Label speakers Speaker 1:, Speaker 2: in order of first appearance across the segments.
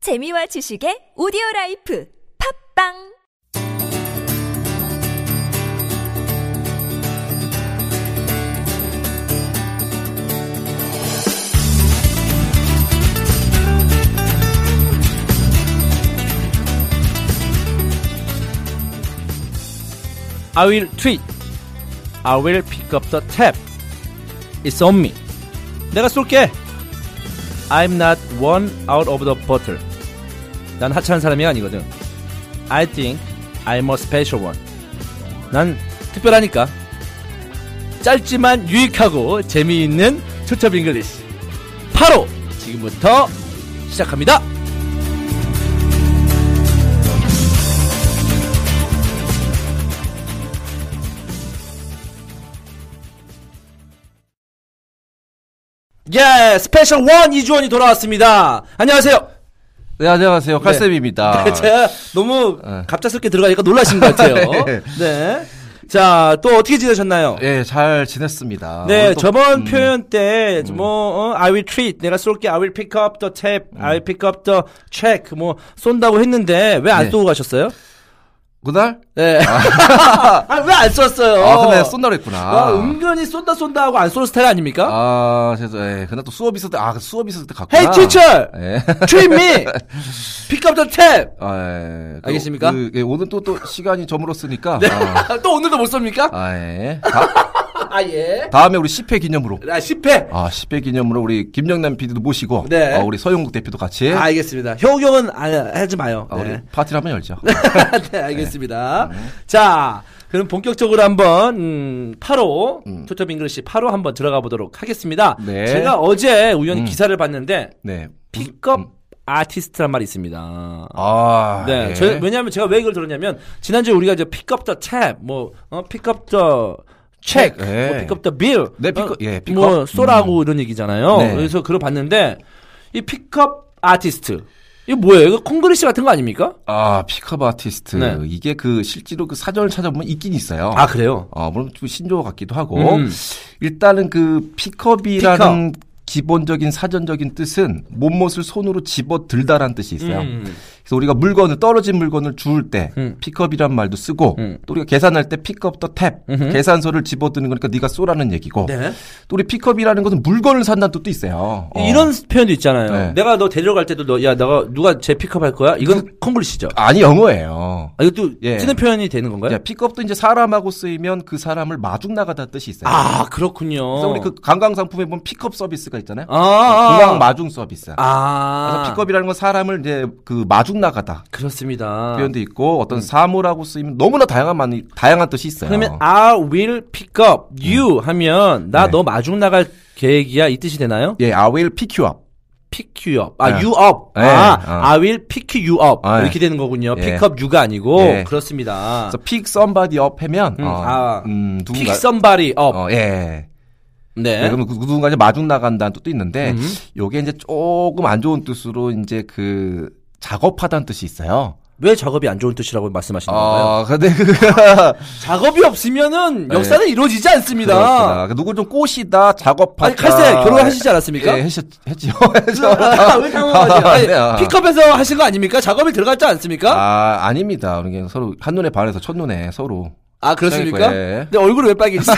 Speaker 1: 재미와 지식의 오디오 라이프 팝빵
Speaker 2: I will tweet. I will pick up the tab. It's on me. 내가 쏠게. I'm not one out of the bottle. 난 하찮은 사람이 아니거든. I think I'm a special one. 난 특별하니까. 짧지만 유익하고 재미있는 투첩 잉글리시. 바로 지금부터 시작합니다. 예, 스페셜 원 이주원이 돌아왔습니다. 안녕하세요.
Speaker 3: 네, 안녕하세요. 칼셉입니다.
Speaker 2: 네, 제가 너무
Speaker 3: 네.
Speaker 2: 갑작스럽게 들어가니까 놀라신 것 같아요. 네. 자, 또 어떻게 지내셨나요?
Speaker 3: 예, 잘 지냈습니다.
Speaker 2: 네,
Speaker 3: 오늘 또- 음.
Speaker 2: 저번 표현 때, 뭐, 어, I will treat, 내가 쏠게, I will pick up the tap,
Speaker 3: 음.
Speaker 2: I will pick up the check, 뭐, 쏜다고 했는데, 왜 안
Speaker 3: 네.
Speaker 2: 쏘고 가셨어요?
Speaker 3: 그날?
Speaker 2: 네. 아, 왜 안 쐈어요? 음.
Speaker 3: 아, 근데 쏜다고 했구나.
Speaker 2: 와, 은근히 쏜다 쏜다 하고 안 쏘는 스타일 아닙니까?
Speaker 3: 아, 그래서, 예, 그날 또 수업 있을 때, 아, 수업 있을 때 갔구나.
Speaker 2: 헤이 티처!
Speaker 3: 예.
Speaker 2: treat me! pick up the tap!
Speaker 3: 아, 예. 그-
Speaker 2: 알겠습니까? 네.
Speaker 3: 그, 예, 오늘 또, 또 시간이 점으로쓰니까. 아,
Speaker 2: 또 오늘도 못 쏩니까?
Speaker 3: 아, 예. 다,
Speaker 2: 아, 예.
Speaker 3: 다음에 우리 10회 기념으로.
Speaker 2: 아, 10회.
Speaker 3: 아, 10회 기념으로 우리 김영남 PD도 모시고.
Speaker 2: 네.
Speaker 3: 어, 우리 서영국 대표도 같이.
Speaker 2: 아, 알겠습니다. 효경은 안, 하지 마요.
Speaker 3: 예? 아, 우리
Speaker 2: 네.
Speaker 3: 파티를 한번 열죠.
Speaker 2: 네, 알겠습니다. 자, 그럼 본격적으로 한번 음, 8호 투톱 잉글리시 8호 한번 들어가 보도록 하겠습니다.
Speaker 3: 네. 음.
Speaker 2: 제가 어제 우연히 기사를 봤는데
Speaker 3: 네.
Speaker 2: 픽업 아티스트란 말이 있습니다.
Speaker 3: 아.
Speaker 2: 네,
Speaker 3: 예.
Speaker 2: 저, 왜냐하면 제가 왜 이걸 들었냐면 지난주에 우리가 이제 픽업 더 탭, 뭐 어, 픽업 더 체크,
Speaker 3: 예.
Speaker 2: 뭐 픽업 더 빌,
Speaker 3: 네, pick up, 예, pick
Speaker 2: 뭐
Speaker 3: up.
Speaker 2: 쏘라고 이런 얘기잖아요.
Speaker 3: 네.
Speaker 2: 그래서 그걸 봤는데 이 픽업 아티스트 이거 뭐예요? 이거 콩글리시 같은 거 아닙니까?
Speaker 3: 아, 픽업 아티스트.
Speaker 2: 네.
Speaker 3: 이게 그 실제로 그 사전을 찾아보면 있긴 있어요.
Speaker 2: 아 그래요?
Speaker 3: 어, 물론 좀 신조어 같기도 하고.
Speaker 2: 음.
Speaker 3: 일단은 그 픽업이라는 기본적인 사전적인 뜻은 몸못을 손으로 집어 들다란 뜻이 있어요.
Speaker 2: 음.
Speaker 3: 그래서 우리가 물건을 떨어진 물건을 주울 때
Speaker 2: 음.
Speaker 3: 픽업이란 말도 쓰고
Speaker 2: 음.
Speaker 3: 또 우리가 계산할 때 픽업 더 탭. 계산서를 집어드는 거니까 네가 쏘라는 얘기고.
Speaker 2: 네.
Speaker 3: 또 우리 픽업이라는 것은 물건을 산다는 뜻도 있어요. 어.
Speaker 2: 이런 표현도 있잖아요.
Speaker 3: 네.
Speaker 2: 내가 너 데리러 갈 때도 너야 내가 누가 제 픽업할 거야? 이건 콩글리시죠.
Speaker 3: 아니 영어예요.
Speaker 2: 아, 이것도
Speaker 3: 그 예.
Speaker 2: 쓰는 표현이 되는 건가요?
Speaker 3: 예, 픽업도 이제 사람하고 쓰이면 그 사람을 마중 나가다는 뜻이 있어요.
Speaker 2: 아 그렇군요.
Speaker 3: 그래서 우리 그 관광 상품에 보면 픽업 서비스가 있잖아요.
Speaker 2: 아, 아, 아.
Speaker 3: 공항 마중 서비스.
Speaker 2: 아
Speaker 3: 그래서 픽업이라는 건 사람을 이제 그 마중 나가다
Speaker 2: 그렇습니다.
Speaker 3: 표현도 있고 어떤 사물하고 쓰이면 너무나 다양한 많이 다양한 뜻이 있어요.
Speaker 2: 음. 그러면 아. I will pick up you 하면 나
Speaker 3: 네.
Speaker 2: 너 마중 나갈 계획이야 이 뜻이 되나요?
Speaker 3: 예, I will pick you up.
Speaker 2: pick you up. 아
Speaker 3: 네.
Speaker 2: you up.
Speaker 3: 네,
Speaker 2: 아
Speaker 3: 어.
Speaker 2: I will pick you up
Speaker 3: 네.
Speaker 2: 이렇게 되는 거군요.
Speaker 3: 예.
Speaker 2: pick up you가 아니고
Speaker 3: 예.
Speaker 2: 그렇습니다.
Speaker 3: 그래서 pick somebody up 하면
Speaker 2: 아. 음,
Speaker 3: 어,
Speaker 2: 아.
Speaker 3: 음,
Speaker 2: pick
Speaker 3: 누군가
Speaker 2: somebody up.
Speaker 3: 어, 예.
Speaker 2: 네.
Speaker 3: 네, 그러면 그 누군가 이제 마중 나간다는 뜻도 있는데
Speaker 2: 음.
Speaker 3: 요게 이제 조금 안 좋은 뜻으로 이제 그 작업하다는 뜻이 있어요.
Speaker 2: 왜 작업이 안 좋은 뜻이라고 말씀하시는 건가요?
Speaker 3: 어, 근데 그
Speaker 2: 작업이 없으면은 역사는 이루어지지 않습니다.
Speaker 3: 네. 그렇구나. 그러니까 누굴 좀 꼬시다 작업하다.
Speaker 2: 아니 칼세 결혼하시지 않았습니까?
Speaker 3: 예, 했죠. 했죠.
Speaker 2: 아, 왜 당황하지?
Speaker 3: 네, 아.
Speaker 2: 아니, 픽업해서 하신 거 아닙니까? 작업이 들어갔지 않습니까?
Speaker 3: 아, 아닙니다. 그러니까 서로 한눈에 반해서 첫눈에 서로
Speaker 2: 아 그렇습니까?
Speaker 3: 예.
Speaker 2: 근데 얼굴이 왜 빨개지세요?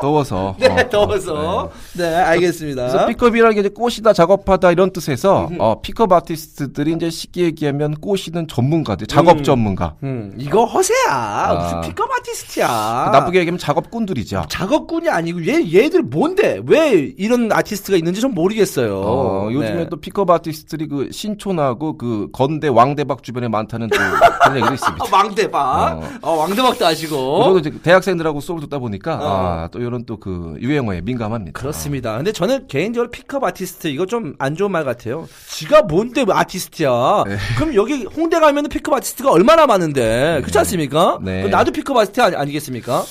Speaker 3: 더워서.
Speaker 2: 네,
Speaker 3: 어,
Speaker 2: 더워서.
Speaker 3: 네.
Speaker 2: 네,
Speaker 3: 그래서
Speaker 2: 알겠습니다.
Speaker 3: 픽업이라는 게 이제 꼬시다 작업하다 이런 뜻에서
Speaker 2: 음.
Speaker 3: 어, 픽업 아티스트들이 이제 쉽게 얘기하면 꼬시는 전문가들, 작업 전문가.
Speaker 2: 음, 이거 허세야. 무슨 픽업 아티스트야.
Speaker 3: 아. 그 나쁘게 얘기하면 작업꾼들이죠.
Speaker 2: 작업꾼이 아니고 얘 얘들 뭔데? 왜 이런 아티스트가 있는지 전 모르겠어요.
Speaker 3: 어, 요즘에
Speaker 2: 네.
Speaker 3: 또 픽업 아티스트들이 그 신촌하고 그 건대 왕대박 주변에 많다는 또 그런 얘기도 있습니다.
Speaker 2: 아, 왕대박.
Speaker 3: 어.
Speaker 2: 어, 왕대박도 아시고.
Speaker 3: 저도 이제 대학생들하고 수업을 듣다 보니까 아, 또 이런 또 그 유행어에 민감합니다.
Speaker 2: 그렇습니다. 근데 저는 개인적으로 픽업 아티스트 이거 좀 안 좋은 말 같아요. 지가 뭔데 아티스트야?
Speaker 3: 네.
Speaker 2: 그럼 여기 홍대 가면 은 픽업 아티스트가 얼마나 많은데 그렇지 않습니까?
Speaker 3: 네.
Speaker 2: 그럼 나도 픽업 아티스트 아니, 아니겠습니까?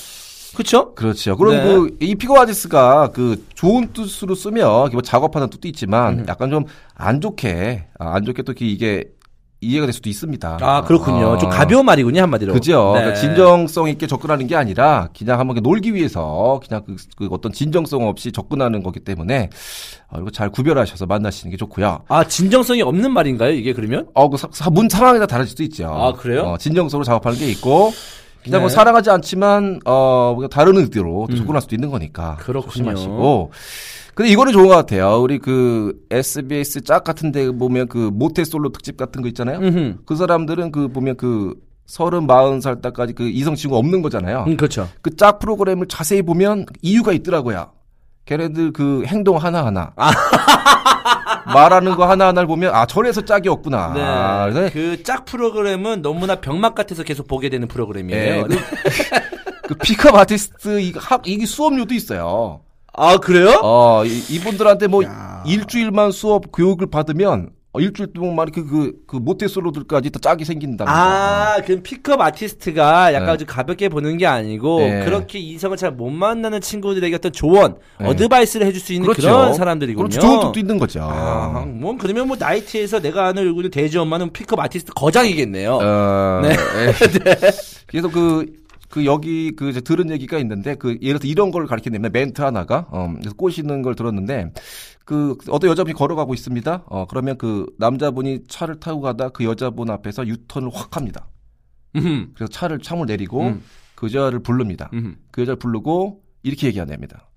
Speaker 2: 그렇죠?
Speaker 3: 그렇죠. 그럼
Speaker 2: 네.
Speaker 3: 그 이 픽업 아티스트가 그 좋은 뜻으로
Speaker 2: 음.
Speaker 3: 쓰면 뭐 작업하는 뜻도 있지만 약간 좀 안 좋게 아, 안 좋게 또 이게 이해가 될 수도 있습니다.
Speaker 2: 아 그렇군요. 좀
Speaker 3: 어.
Speaker 2: 가벼운 말이군요 한마디로.
Speaker 3: 그죠.
Speaker 2: 네.
Speaker 3: 그러니까 진정성 있게 접근하는 게 아니라 그냥 한번 이렇게 놀기 위해서 그냥 그, 그 어떤 진정성 없이 접근하는 거기 때문에 어, 이거 잘 구별하셔서 만나시는 게 좋고요.
Speaker 2: 아 진정성이 없는 말인가요 이게 그러면?
Speaker 3: 어, 그 사- 사- 문 상황에 따라 다를 수도 있죠.
Speaker 2: 아, 그래요?
Speaker 3: 어, 진정성으로 작업하는 게 있고 그냥 뭐
Speaker 2: 네. 음.
Speaker 3: 사랑하지 않지만 어 뭔가 다른 의도로 또 접근할 수도 있는 거니까
Speaker 2: 그렇군요.
Speaker 3: 조심하시고. 근데 이거는 좋은 것 같아요. 우리 그 SBS 짝 같은데 보면 그 모태 솔로 특집 같은 거 있잖아요.
Speaker 2: 음,
Speaker 3: 그 사람들은 그 보면 그 서른 마흔 살 때까지 그 이성 친구 없는 거잖아요.
Speaker 2: 음 그렇죠.
Speaker 3: 그 짝 프로그램을 자세히 보면 이유가 있더라고요. 걔네들 그 행동 하나하나.
Speaker 2: 아.
Speaker 3: 말하는 거 하나하나를 보면 아 저래서 짝이었구나. 아,
Speaker 2: 네.
Speaker 3: 그래서
Speaker 2: 그 짝 프로그램은 너무나 병맛 같아서 계속 보게 되는 프로그램이에요.
Speaker 3: 네, 그 픽업 아티스트 이 학- 이게 수업료도 있어요.
Speaker 2: 아 그래요?
Speaker 3: 어 이, 분들한테뭐 일주일만 수업 교육을 받으면 어, 일주일 동안 그 그 그 모태솔로들까지 다 짝이 생긴다면서.
Speaker 2: 아, 그럼 픽업 아티스트가 약간 아주 가볍게 보는 게 아니고
Speaker 3: 네.
Speaker 2: 그렇게 이성을 잘 못 만나는 친구들에게 어떤 조언,
Speaker 3: 네.
Speaker 2: 어드바이스를 해줄 수 있는 그런 사람들이군요.
Speaker 3: 그렇죠. 좋은 뜻도 있는 거죠.
Speaker 2: 아, 뭐 그러면 뭐 나이트에서 내가 아는 얼굴의 대지 엄마는 픽업 아티스트 거장이겠네요.
Speaker 3: 어, 네. 그래서 그, 그 여기 그 이제 들은 얘기가 있는데 그 예를 들어 서 이런 걸 가르치는데 멘트 하나가 어, 그래서 꼬시는 걸 들었는데 그 어떤 여자분이 걸어가고 있습니다. 어 그러면 그 남자분이 차를 타고 가다 그 여자분 앞에서 유턴을 확 합니다.
Speaker 2: 음,
Speaker 3: 그래서 차를 창을 내리고
Speaker 2: 음.
Speaker 3: 그 여자를 부릅니다.
Speaker 2: 음.
Speaker 3: 그 여자를 부르고 이렇게 얘기하냅니다.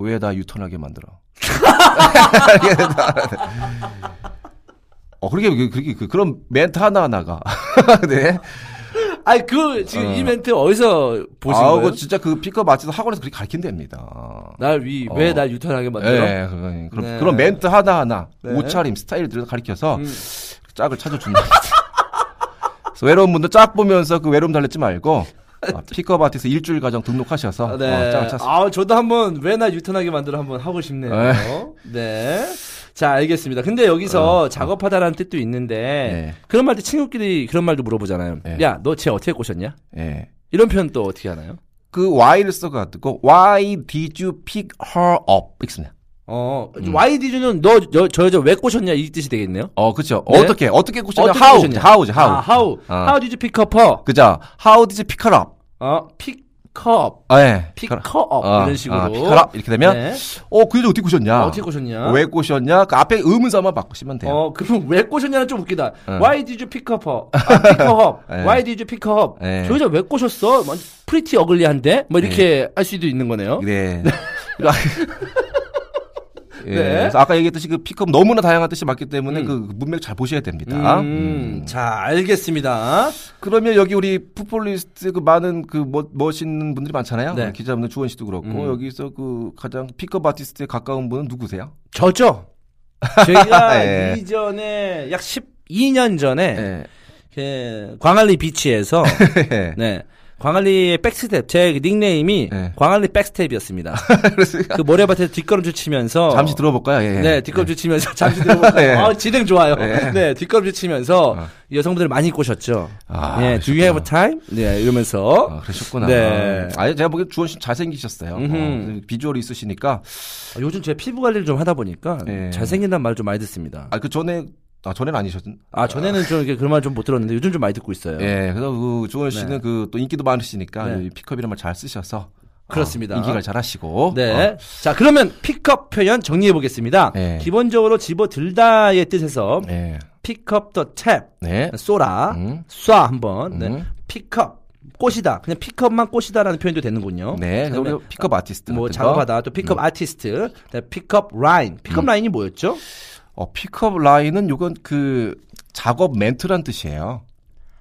Speaker 3: 왜 나 유턴하게 만들어? 어 그렇게 그- 그렇게 그- 그런 멘트 하나 하나가 네.
Speaker 2: 아니 그 지금
Speaker 3: 어.
Speaker 2: 이 멘트 어디서 보신
Speaker 3: 아우,
Speaker 2: 거예요?
Speaker 3: 그거 진짜 그 픽업 마치서 학원에서 그렇게 가르친답니다. 어.
Speaker 2: 날위왜날 유턴하게 만들어?
Speaker 3: 예, 그거- 그런,
Speaker 2: 네.
Speaker 3: 그런 멘트 하나하나,
Speaker 2: 네.
Speaker 3: 옷차림, 스타일들을 가르쳐서
Speaker 2: 음.
Speaker 3: 짝을 찾아준다. 그래서 외로운 분들 짝 보면서 그 외로움 달랬지 말고, 아, 픽업 아티스트 일주일 과정 등록하셔서
Speaker 2: 아,
Speaker 3: 어,
Speaker 2: 네.
Speaker 3: 짝을 찾습니다.
Speaker 2: 아, 저도 한번 왜 나 유턴하게 만들어 한번 하고 싶네요.
Speaker 3: 네.
Speaker 2: 네. 자, 알겠습니다. 근데 여기서 작업하다라는 뜻도 있는데
Speaker 3: 네.
Speaker 2: 그런 말 때 친구끼리 그런 말도 물어보잖아요.
Speaker 3: 네.
Speaker 2: 야, 너 쟤 어떻게 꼬셨냐?
Speaker 3: 예.
Speaker 2: 이런 표현 또 어떻게 하나요?
Speaker 3: 그 Y를 써가 듣고, Why did you pick her up? 읽습니다.
Speaker 2: 어, why did you는 너 저 여자 왜 꼬셨냐 이 뜻이 되겠네요.
Speaker 3: 어, 그쵸.
Speaker 2: 네.
Speaker 3: 어떻게, 어떻게 꼬셨냐?
Speaker 2: 어떻게
Speaker 3: How,
Speaker 2: 꼬셨냐?
Speaker 3: how죠, how.
Speaker 2: 아, how
Speaker 3: 아.
Speaker 2: how did you pick up her?
Speaker 3: 그죠. How did you pick her up?
Speaker 2: 어, pick up,
Speaker 3: 아, 예.
Speaker 2: pick her up
Speaker 3: 어,
Speaker 2: 이런 식으로.
Speaker 3: 아, pick her up? 이렇게 되면,
Speaker 2: 네.
Speaker 3: 어, 그 여자 어떻게 꼬셨냐?
Speaker 2: 어떻게 꼬셨냐?
Speaker 3: 왜 꼬셨냐? 그 앞에 의문사만 바꾸시면 돼요. 네.
Speaker 2: 어, 그럼 왜 꼬셨냐는 좀 웃기다.
Speaker 3: 응.
Speaker 2: Why did you pick up her? 아, pick her up.
Speaker 3: 예.
Speaker 2: Why did you pick her up?
Speaker 3: 예.
Speaker 2: 저 여자 왜 꼬셨어? 뭐, 프리티 어글리한데? 뭐 이렇게 할 수도 있는 거네요.
Speaker 3: 네. 예,
Speaker 2: 네.
Speaker 3: 그래서 아까 얘기했듯이 그 픽업 너무나 다양한 뜻이 많기 때문에 그 문맥 잘 보셔야 됩니다.
Speaker 2: 음,
Speaker 3: 아.
Speaker 2: 자, 알겠습니다.
Speaker 3: 그러면 여기 우리 풋볼리스트 그 많은 그 멋, 멋있는 분들이 많잖아요.
Speaker 2: 네. 음.
Speaker 3: 기자분들 주원 씨도 그렇고 여기서 그 가장 픽업 아티스트에 가까운 분은 누구세요?
Speaker 2: 저죠? 제가
Speaker 3: 예.
Speaker 2: 이전에 약 12년 전에
Speaker 3: 네.
Speaker 2: 그 광안리 비치에서 네. 광안리의 백스텝 제 닉네임이
Speaker 3: 네.
Speaker 2: 광안리 백스텝이었습니다.
Speaker 3: 그래서
Speaker 2: 그 모래밭에서 뒷걸음질 치면서
Speaker 3: 잠시 들어볼까요? 예.
Speaker 2: 네, 뒷걸음질 치면서 잠시 들어볼까요?
Speaker 3: 예.
Speaker 2: 아, 진행 좋아요.
Speaker 3: 예.
Speaker 2: 네, 뒷걸음질 치면서 여성분들 많이 꼬셨죠.
Speaker 3: 어. 아,
Speaker 2: 네, do you have time? 네, 이러면서
Speaker 3: 아, 그러셨구나.
Speaker 2: 네.
Speaker 3: 아, 제가 보기엔 주원 씨 잘생기셨어요.
Speaker 2: 음흠.
Speaker 3: 어, 비주얼이 있으시니까
Speaker 2: 아, 요즘 제 피부 관리를 좀 하다 보니까
Speaker 3: 예.
Speaker 2: 잘생긴다는 말을 좀 많이 듣습니다.
Speaker 3: 아, 그 전에, 아, 전에는 아니셨던.
Speaker 2: 아, 전에는 좀 이렇게 그런 말 좀 못 들었는데 요즘 좀 많이 듣고 있어요.
Speaker 3: 예, 그래서 그 조원 씨는
Speaker 2: 네.
Speaker 3: 그 또 인기도 많으시니까
Speaker 2: 네.
Speaker 3: 이 픽업이란 말 잘 쓰셔서.
Speaker 2: 그렇습니다.
Speaker 3: 어, 인기가 잘 하시고.
Speaker 2: 네.
Speaker 3: 어,
Speaker 2: 자, 그러면 픽업 표현 정리해 보겠습니다.
Speaker 3: 예.
Speaker 2: 기본적으로 집어 들다의 뜻에서
Speaker 3: 네.
Speaker 2: 픽업 더 탭,
Speaker 3: 네.
Speaker 2: 쏘라,
Speaker 3: 음.
Speaker 2: 쏴 한번, 네.
Speaker 3: 음.
Speaker 2: 픽업, 꼬시다. 그냥 픽업만 꼬시다라는 표현도 되는군요.
Speaker 3: 네. 그래서
Speaker 2: 그다음에
Speaker 3: 우리 픽업 아티스트.
Speaker 2: 뭐
Speaker 3: 같은
Speaker 2: 작업하다
Speaker 3: 거. 음.
Speaker 2: 또 픽업 아티스트 그다음에 픽업 라인 픽업 라인이 뭐였죠?
Speaker 3: 어, 픽업 라인은 요건 그 작업 멘트란 뜻이에요.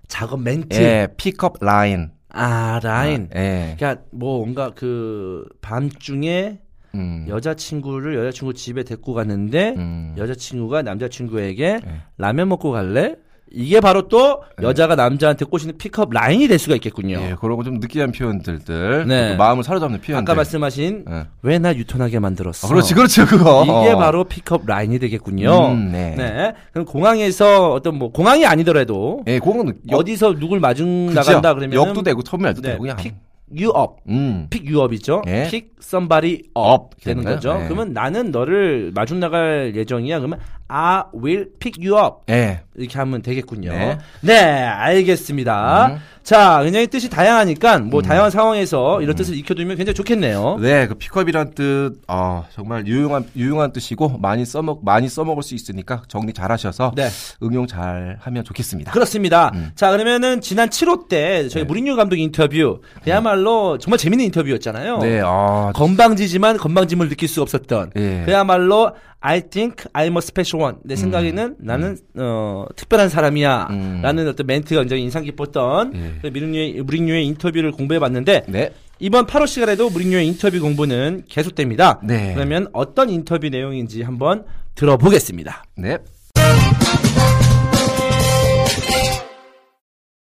Speaker 2: 작업 멘트
Speaker 3: 예, 픽업 라인.
Speaker 2: 아 라인
Speaker 3: 예.
Speaker 2: 그러니까 뭐 뭔가 그 밤중에
Speaker 3: 음.
Speaker 2: 여자친구를 여자친구 집에 데리고 갔는데
Speaker 3: 음. 예.
Speaker 2: 여자친구가 남자친구에게 라면 먹고 갈래? 이게 바로 또 여자가 남자한테 꼬시는 픽업 라인이 될 수가 있겠군요.
Speaker 3: 예, 그런 거 좀 느끼한 표현들들.
Speaker 2: 어. 네.
Speaker 3: 또 마음을 사로잡는 표현들.
Speaker 2: 아까 말씀하신
Speaker 3: 예.
Speaker 2: 왜 나 유턴하게 만들었어?
Speaker 3: 아, 그렇지, 그렇죠, 그거.
Speaker 2: 이게
Speaker 3: 어.
Speaker 2: 바로 픽업 라인이 되겠군요.
Speaker 3: 음, 네.
Speaker 2: 그럼 공항에서 어떤 뭐 공항이 아니더라도
Speaker 3: 예, 그거는 역-
Speaker 2: 어디서 누굴 마중
Speaker 3: 그죠?
Speaker 2: 나간다 그러면
Speaker 3: 역도 되고 터미널도
Speaker 2: 네,
Speaker 3: 되고 그냥.
Speaker 2: 픽 유업
Speaker 3: 음.
Speaker 2: 픽 유업이죠.
Speaker 3: 예.
Speaker 2: 픽 썸바디
Speaker 3: 업
Speaker 2: 업 되는
Speaker 3: 되는
Speaker 2: 거죠.
Speaker 3: 거예요? 예.
Speaker 2: 그러면 나는 너를 마중 나갈 예정이야. 그러면 I will pick you up.
Speaker 3: 예.
Speaker 2: 이렇게 하면 되겠군요. 네,
Speaker 3: 네.
Speaker 2: 알겠습니다.
Speaker 3: 음.
Speaker 2: 자, 굉장히 뜻이 다양하니까 뭐 다양한 상황에서
Speaker 3: 음.
Speaker 2: 이런 뜻을 익혀두면 굉장히 좋겠네요.
Speaker 3: 네, 그 픽업이란 뜻, 어, 정말 유용한, 유용한 뜻이고, 많이 써먹, 많이 써먹을 수 있으니까 정리 잘 하셔서,
Speaker 2: 네.
Speaker 3: 응용 잘 하면 좋겠습니다.
Speaker 2: 그렇습니다.
Speaker 3: 음.
Speaker 2: 자, 그러면은 지난 7호 때
Speaker 3: 네.
Speaker 2: 저희 무린유 감독 인터뷰 그야말로 정말 재밌는 인터뷰였잖아요.
Speaker 3: 네, 아,
Speaker 2: 건방지지만 건방짐을 느낄 수 없었던
Speaker 3: 예.
Speaker 2: 그야말로 I think I'm a special one 내 생각에는 나는 어, 특별한 사람이야
Speaker 3: 음.
Speaker 2: 라는 어떤 멘트가 굉장히 인상 깊었던
Speaker 3: 예.
Speaker 2: 그 무린유의, 무린유의 인터뷰를 공부해봤는데
Speaker 3: 네.
Speaker 2: 이번 8호 시간에도 무린유의 인터뷰 공부는 계속됩니다
Speaker 3: 네.
Speaker 2: 그러면 어떤 인터뷰 내용인지 한번 들어보겠습니다
Speaker 3: 네.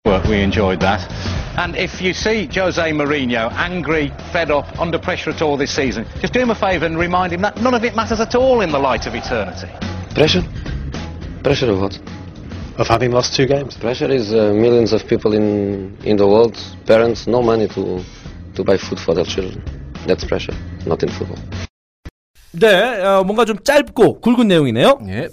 Speaker 4: Well, we enjoyed that. And if you see Jose Mourinho angry, fed up, under pressure at all this season, just do him a favour and remind him that none of it matters at all in the light of eternity.
Speaker 5: Pressure? Pressure of what?
Speaker 6: of having lost two games.
Speaker 5: Pressure is uh, millions of people in, in the world, parents, no money to, to buy food for their children. That's pressure, not in football.
Speaker 2: 네 어, 뭔가 좀 짧고 굵은 내용이네요
Speaker 3: 예.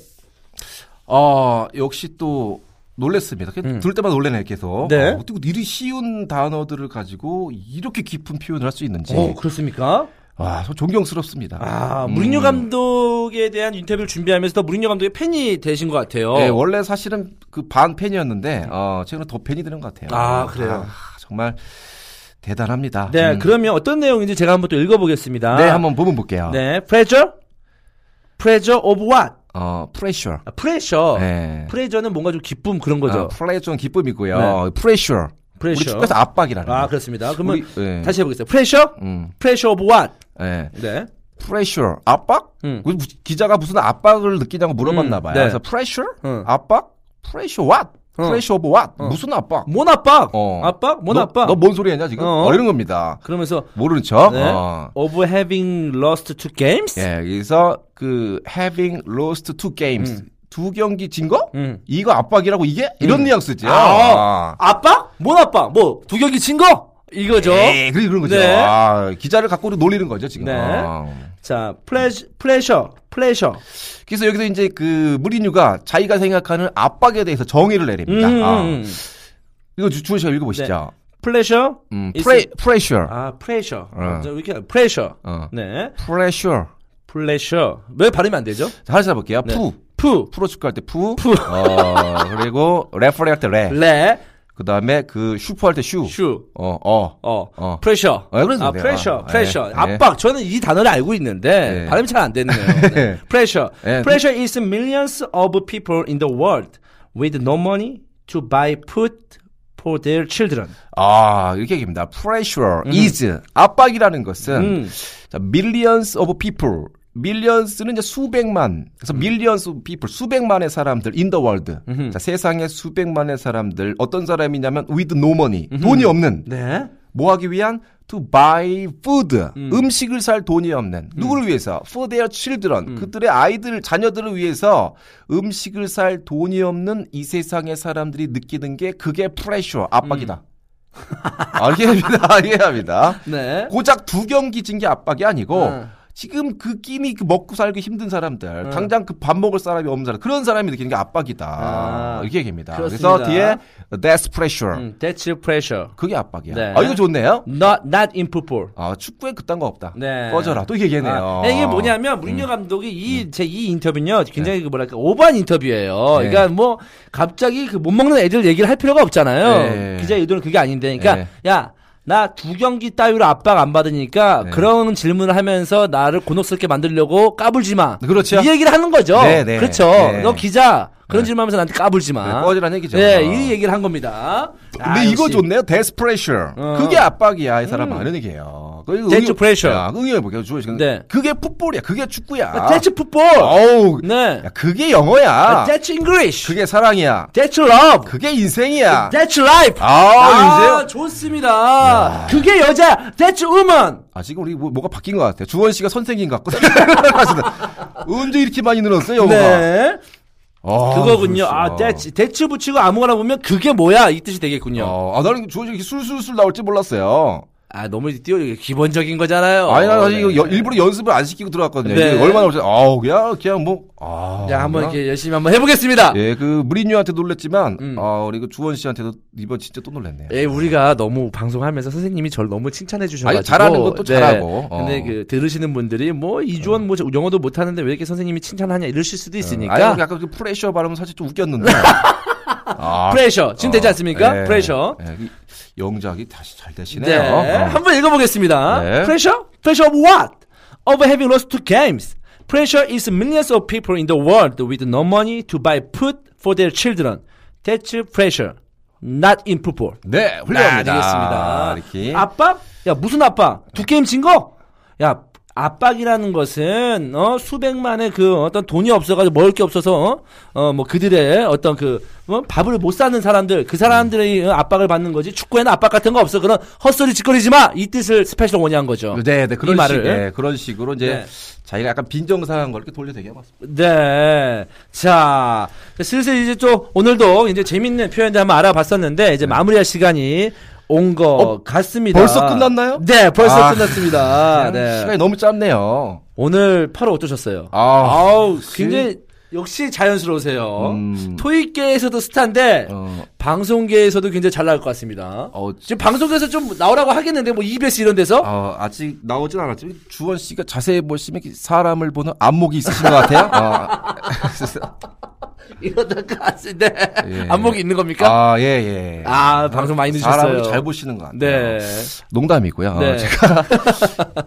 Speaker 3: 어, 역시 또 놀랬습니다. 들을 때마다 놀래네요, 계속.
Speaker 2: 음. 네.
Speaker 3: 어, 어떻게 이리 쉬운 단어들을 가지고 이렇게 깊은 표현을 할 수 있는지. 음.
Speaker 2: 오 어, 그렇습니까?
Speaker 3: 와, 저 존경스럽습니다.
Speaker 2: 아, 무린유 감독에 대한 인터뷰를 준비하면서 무린유 감독의 팬이 되신 것 같아요.
Speaker 3: 네, 원래 사실은 그 반 팬이었는데, 어, 최근에 더 팬이 되는 것 같아요.
Speaker 2: 아, 그래요?
Speaker 3: 아, 정말 대단합니다.
Speaker 2: 네,
Speaker 3: 음.
Speaker 2: 그러면 어떤 내용인지 제가 한번 또 읽어보겠습니다.
Speaker 3: 네, 한번 부분 볼게요.
Speaker 2: 아. 네, pressure, pressure of what?
Speaker 3: 어, 프레셔.
Speaker 2: 아, pressure.
Speaker 3: 네.
Speaker 2: 프레저는 뭔가 좀 기쁨 그런
Speaker 3: 아,
Speaker 2: 거죠.
Speaker 3: 프레셔는 기쁨이고요.
Speaker 2: 네.
Speaker 3: 프레셔.
Speaker 2: 프레셔.
Speaker 3: 우리 축구에서 압박이라는.
Speaker 2: 아,
Speaker 3: 거.
Speaker 2: 그렇습니다. 그러면
Speaker 3: 우리- 네.
Speaker 2: 다시 해보겠습니다. pressure,
Speaker 3: 음.
Speaker 2: pressure of what?
Speaker 3: 예.
Speaker 2: 네.
Speaker 3: 프레셔 압박?
Speaker 2: 음.
Speaker 3: 그 무슨 기자가 무슨 압박을 느끼냐고 물어봤나
Speaker 2: 음,
Speaker 3: 봐요.
Speaker 2: 네.
Speaker 3: 그래서 프레셔?
Speaker 2: 응.
Speaker 3: 압박? 프레셔 what?
Speaker 2: 응.
Speaker 3: 프레셔 오브 what? 무슨 압박?
Speaker 2: 뭔 압박?
Speaker 3: 어.
Speaker 2: 압박? 뭔
Speaker 3: 너,
Speaker 2: 압박?
Speaker 3: 너뭔 소리 했냐 지금?
Speaker 2: 어.
Speaker 3: 어. 어리는 겁니다.
Speaker 2: 그러면서
Speaker 3: 모르는 척.
Speaker 2: 네.
Speaker 3: 어.
Speaker 2: of having lost two games.
Speaker 3: 예, 여기서 그 having lost two games 두 경기 진 거?
Speaker 2: 음.
Speaker 3: 이거 압박이라고 이게? 이런 뉘앙스지.
Speaker 2: 아,
Speaker 3: 아.
Speaker 2: 아빠? 뭔 아빠? 뭐, 두 경기 진 거? 이거죠.
Speaker 3: 에이, 예, 그래 그런 거죠.
Speaker 2: 네.
Speaker 3: 아, 기자를 갖고 놀리는 거죠 지금.
Speaker 2: 네.
Speaker 3: 어.
Speaker 2: 자, 플레셔, 플레셔, 플레셔.
Speaker 3: 그래서 여기서 이제 그 무리뉴가 자기가 생각하는 압박에 대해서 정의를 내립니다.
Speaker 2: 음,
Speaker 3: 아. 이거 주원 씨가 읽어보시죠.
Speaker 2: 플레셔,
Speaker 3: 음,
Speaker 2: 네. It's-
Speaker 3: 프레 프레셔.
Speaker 2: 아, 프레셔.
Speaker 3: 어.
Speaker 2: 저 이렇게 프레셔.
Speaker 3: 어.
Speaker 2: 네.
Speaker 3: 프레셔.
Speaker 2: 플레셔. 왜 발음이 안 되죠?
Speaker 3: 자, 다시 해볼게요. 푸.
Speaker 2: 네. 푸,
Speaker 3: 프로 축구할 때 푸. 어, 그리고 레퍼리 할 때 레.
Speaker 2: 레,
Speaker 3: 그 다음에 그 슈퍼 할 때 슈.
Speaker 2: 슈.
Speaker 3: 어, 어.
Speaker 2: 어,
Speaker 3: 어.
Speaker 2: 프레셔.
Speaker 3: 아, 그래서
Speaker 2: 아,
Speaker 3: 돼요.
Speaker 2: 프레셔,
Speaker 3: 아,
Speaker 2: 프레셔.
Speaker 3: 예,
Speaker 2: 압박. 저는 이 단어를 알고 있는데,
Speaker 3: 예.
Speaker 2: 발음이 잘 안 되네요. 네. 프레셔.
Speaker 3: 예.
Speaker 2: 프레셔 is millions of people in the world with no money to buy food for their children.
Speaker 3: 아, 이렇게 얘기합니다. pressure is 압박이라는 것은
Speaker 2: 음.
Speaker 3: 자, millions of people. millions는 이제 수백만. 그래서
Speaker 2: 음.
Speaker 3: millions of people 수백만의 사람들 in the world. 자, 세상에 수백만의 사람들 어떤 사람이냐면 with no money. 돈이 없는.
Speaker 2: 네.
Speaker 3: 뭐 하기 위한 to buy food 음. 식을살 돈이
Speaker 2: 음.
Speaker 3: 없는 누구를 위해서 for their children 그들의 아이들 자녀들을 위해서 음식을 살 돈이 없는 이 세상의 사람들이 느끼는 게 그게 pressure 압박이다. 아, 이해합니다. 이해합니다.
Speaker 2: 음. 네.
Speaker 3: 고작 두 경기 진 게 압박이 아니고
Speaker 2: 음.
Speaker 3: 지금 그 끼니 그 먹고 살기 힘든 사람들
Speaker 2: 네.
Speaker 3: 당장 그 밥 먹을 사람이 없는 사람 그런 사람이 느끼는 게 압박이다.
Speaker 2: 아,
Speaker 3: 이렇게 얘기합니다.
Speaker 2: 그렇습니다.
Speaker 3: 그래서 뒤에 that's pressure
Speaker 2: 음, that's pressure.
Speaker 3: 그게 압박이야.
Speaker 2: 네.
Speaker 3: 아 이거 좋네요.
Speaker 2: Not, not in football.
Speaker 3: 아 축구에 그딴 거 없다.
Speaker 2: 네.
Speaker 3: 꺼져라. 또 이게 얘기네요. 음.
Speaker 2: 아, 이게 뭐냐면 무린유 감독이 이 제 이 인터뷰는요
Speaker 3: 네.
Speaker 2: 굉장히 그 뭐랄까 오버한 인터뷰예요. 그러니까 뭐 갑자기 그 못 먹는 애들 얘기를 할 필요가 없잖아요.
Speaker 3: 네.
Speaker 2: 기자의 의도는 그게 아닌데, 그러니까
Speaker 3: 네.
Speaker 2: 야. 나 두 경기 따위로 압박 안 받으니까
Speaker 3: 네.
Speaker 2: 그런 질문을 하면서 나를 곤혹스럽게 만들려고 까불지 마.
Speaker 3: 그렇죠.
Speaker 2: 이 얘기를 하는 거죠.
Speaker 3: 네, 네.
Speaker 2: 그렇죠.
Speaker 3: 네.
Speaker 2: 너 기자 그런 질문하면서 나한테 까불지 마.
Speaker 3: 네, 꺼지란 얘기죠.
Speaker 2: 네,
Speaker 3: 어.
Speaker 2: 이 얘기를 한 겁니다.
Speaker 3: 아,
Speaker 2: 아,
Speaker 3: 근데 이거 좋네요. Death pressure. 그게 압박이야. 이 사람 아는 얘기예요. 그거
Speaker 2: That's
Speaker 3: 응용-
Speaker 2: 어. 음. pressure.
Speaker 3: 야, 그거 응용해볼게요. 주호 씨.
Speaker 2: 네.
Speaker 3: 그게 풋볼이야. 그게 축구야.
Speaker 2: 대츠 풋볼.
Speaker 3: 아, 어우.
Speaker 2: 아, 네. 아,
Speaker 3: 야, 그게 영어야.
Speaker 2: That's English.
Speaker 3: 그게 사랑이야.
Speaker 2: That's love.
Speaker 3: 그게 인생이야.
Speaker 2: That's life.
Speaker 3: 아,
Speaker 2: 아,
Speaker 3: 이제요?
Speaker 2: 좋습니다. 그게 여자. That's woman.
Speaker 3: 아, 지금 우리 뭐, 뭐가 바뀐 것 같아요. 주원 씨가 선생님 같고. 사실은. 언제 이렇게 많이 늘었어요, 영어가?
Speaker 2: 네.
Speaker 3: 아,
Speaker 2: 그거군요.
Speaker 3: 그렇죠.
Speaker 2: 아, that's that's 붙이고 아무거나 보면 그게 뭐야 이 뜻이 되겠군요.
Speaker 3: 어, 아, 나는 주원 씨 이렇게 술술술 나올지 몰랐어요.
Speaker 2: 아 너무 띄워 기본적인 거잖아요.
Speaker 3: 아니, 나 사실
Speaker 2: 네.
Speaker 3: 이거 여- 일부러 연습을 안 시키고 들어갔거든요.
Speaker 2: 네.
Speaker 3: 이게 얼마나 없어요. 아우, 그냥, 그냥 뭐, 아.
Speaker 2: 자, 한번
Speaker 3: 그냥.
Speaker 2: 이렇게 열심히 한번 해보겠습니다. 예.
Speaker 3: 예, 그, 무리뉴한테 놀랬지만,
Speaker 2: 음. 예,
Speaker 3: 아, 우리 그 주원 씨한테도 이번 진짜 또 놀랬네요.
Speaker 2: 우리가 너무 방송하면서 선생님이 저를 너무 칭찬해 주셔가지고 네.
Speaker 3: 아니, 잘하는 것도 잘하고. 어.
Speaker 2: 근데 그 들으시는 분들이 뭐 이주원 뭐 영어도 못하는데 왜 이렇게 선생님이 칭찬하냐 이러실 수도 있으니까
Speaker 3: 아니, 약간 그 프레셔 발음은 사실 좀 웃겼는데. 아,
Speaker 2: 프레셔 지금 되지 않습니까?
Speaker 3: 예.
Speaker 2: 그러니까 프레셔.
Speaker 3: 예, 이 영작이 다시 잘
Speaker 2: 네.
Speaker 3: 되시네요. 어.
Speaker 2: 한번 읽어보겠습니다.
Speaker 3: 네.
Speaker 2: Pressure? Pressure of what? Of having lost two games. Pressure is millions of people in the world with no money to buy food for their children. That's pressure. Not in football.
Speaker 3: 네, 훌륭합니다.
Speaker 2: 아,
Speaker 3: 이렇게.
Speaker 2: 되겠습니다. 압박? 야, 무슨 압박? 두 게임 진 거? 야, 압박이라는 것은, 어, 수백만의 그 어떤 돈이 없어가지고 먹을 게 없어서, 어, 어, 뭐 그들의 어떤 그, 어, 밥을 못 사는 사람들, 그 사람들의 압박을 받는 거지. 축구에는 압박 같은 거 없어. 그런 헛소리 짓거리지 마! 이 뜻을 스페셜 원이 한 거죠.
Speaker 3: 네, 네,
Speaker 2: 이
Speaker 3: 그런
Speaker 2: 말을.
Speaker 3: 식, 예, 그런 식으로 이제
Speaker 2: 네.
Speaker 3: 자기가 약간 빈정상한 걸 이렇게 돌려대게 해봤습니다.
Speaker 2: 네. 자, 슬슬 이제 좀 오늘도 이제 재밌는 표현들 한번 알아봤었는데 이제 마무리할 시간이 온 것 같습니다.
Speaker 3: 네. 어, 벌써 끝났나요?
Speaker 2: 네, 벌써
Speaker 3: 아.
Speaker 2: 끝났습니다. 네.
Speaker 3: 시간이 너무 짧네요.
Speaker 2: 오늘 팔로 어떠셨어요?
Speaker 3: 아,
Speaker 2: 우
Speaker 3: 역시.
Speaker 2: 굉장히 역시 자연스러우세요.
Speaker 3: 음.
Speaker 2: 토익계에서도 스타인데
Speaker 3: 어.
Speaker 2: 방송계에서도 굉장히 잘 나올 것 같습니다.
Speaker 3: 어,
Speaker 2: 지금 방송계에서 좀 나오라고 하겠는데 뭐 EBS 이런 데서
Speaker 3: 어, 아직 나오진 않았지만 주원 씨가 자세히 보시면 이렇게 사람을 보는 안목이 있으신 것 같아요. 아,
Speaker 2: 이러다가 아시네.
Speaker 3: 예.
Speaker 2: 안목이 있는 겁니까?
Speaker 3: 아, 예, 예.
Speaker 2: 그러니까 아, 방송 많이
Speaker 3: 사람을
Speaker 2: 늦으셨어요.
Speaker 3: 잘 보시는 것 같아요.
Speaker 2: 네.
Speaker 3: 농담이고요. 어,
Speaker 2: 네.
Speaker 3: 제가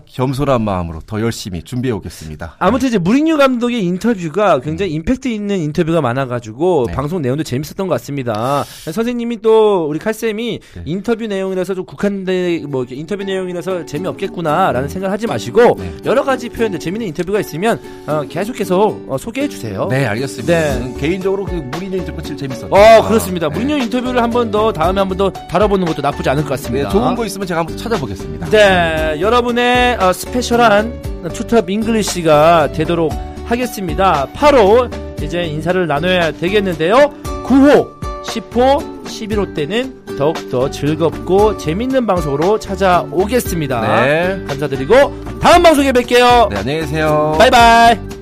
Speaker 3: 겸손한 마음으로 더 열심히 준비해 오겠습니다.
Speaker 2: 아무튼 이제 무리뉴 감독의 인터뷰가 굉장히 임팩트 있는 인터뷰가 많아가지고
Speaker 3: 네.
Speaker 2: 방송 내용도 재밌었던 것 같습니다. 선생님이 또 우리 칼쌤이
Speaker 3: 네.
Speaker 2: 인터뷰 내용이라서 좀 국한돼 뭐 이렇게 인터뷰 내용이라서
Speaker 3: 음.
Speaker 2: 재미없겠구나라는 생각을 하지 마시고
Speaker 3: 네.
Speaker 2: 여러 가지 표현들 재밌는 인터뷰가 있으면 어, 계속해서 어, 소개해 주세요.
Speaker 3: 네, 알겠습니다.
Speaker 2: 네.
Speaker 3: 저는 개인적으로 그 무리뉴 인터뷰 제일 재밌었어요.
Speaker 2: 어
Speaker 3: 아,
Speaker 2: 그렇습니다. 무리뉴 인터뷰를 한 번 더 다음에 한 번 더 다뤄보는 것도 나쁘지 않을 것
Speaker 3: 네,
Speaker 2: 같습니다.
Speaker 3: 좋은 거 있으면 제가 한번 찾아보겠습니다.
Speaker 2: 네, 여러분의 어, 스페셜한 투탑 잉글리시가 되도록 하겠습니다. 8호 이제 인사를 나눠야 되겠는데요. 9호, 10호, 11호 때는 더욱더 즐겁고 재밌는 방송으로 찾아오겠습니다.
Speaker 3: 네.
Speaker 2: 감사드리고 다음 방송에 뵐게요.
Speaker 3: 네, 안녕히 계세요.
Speaker 2: 바이바이.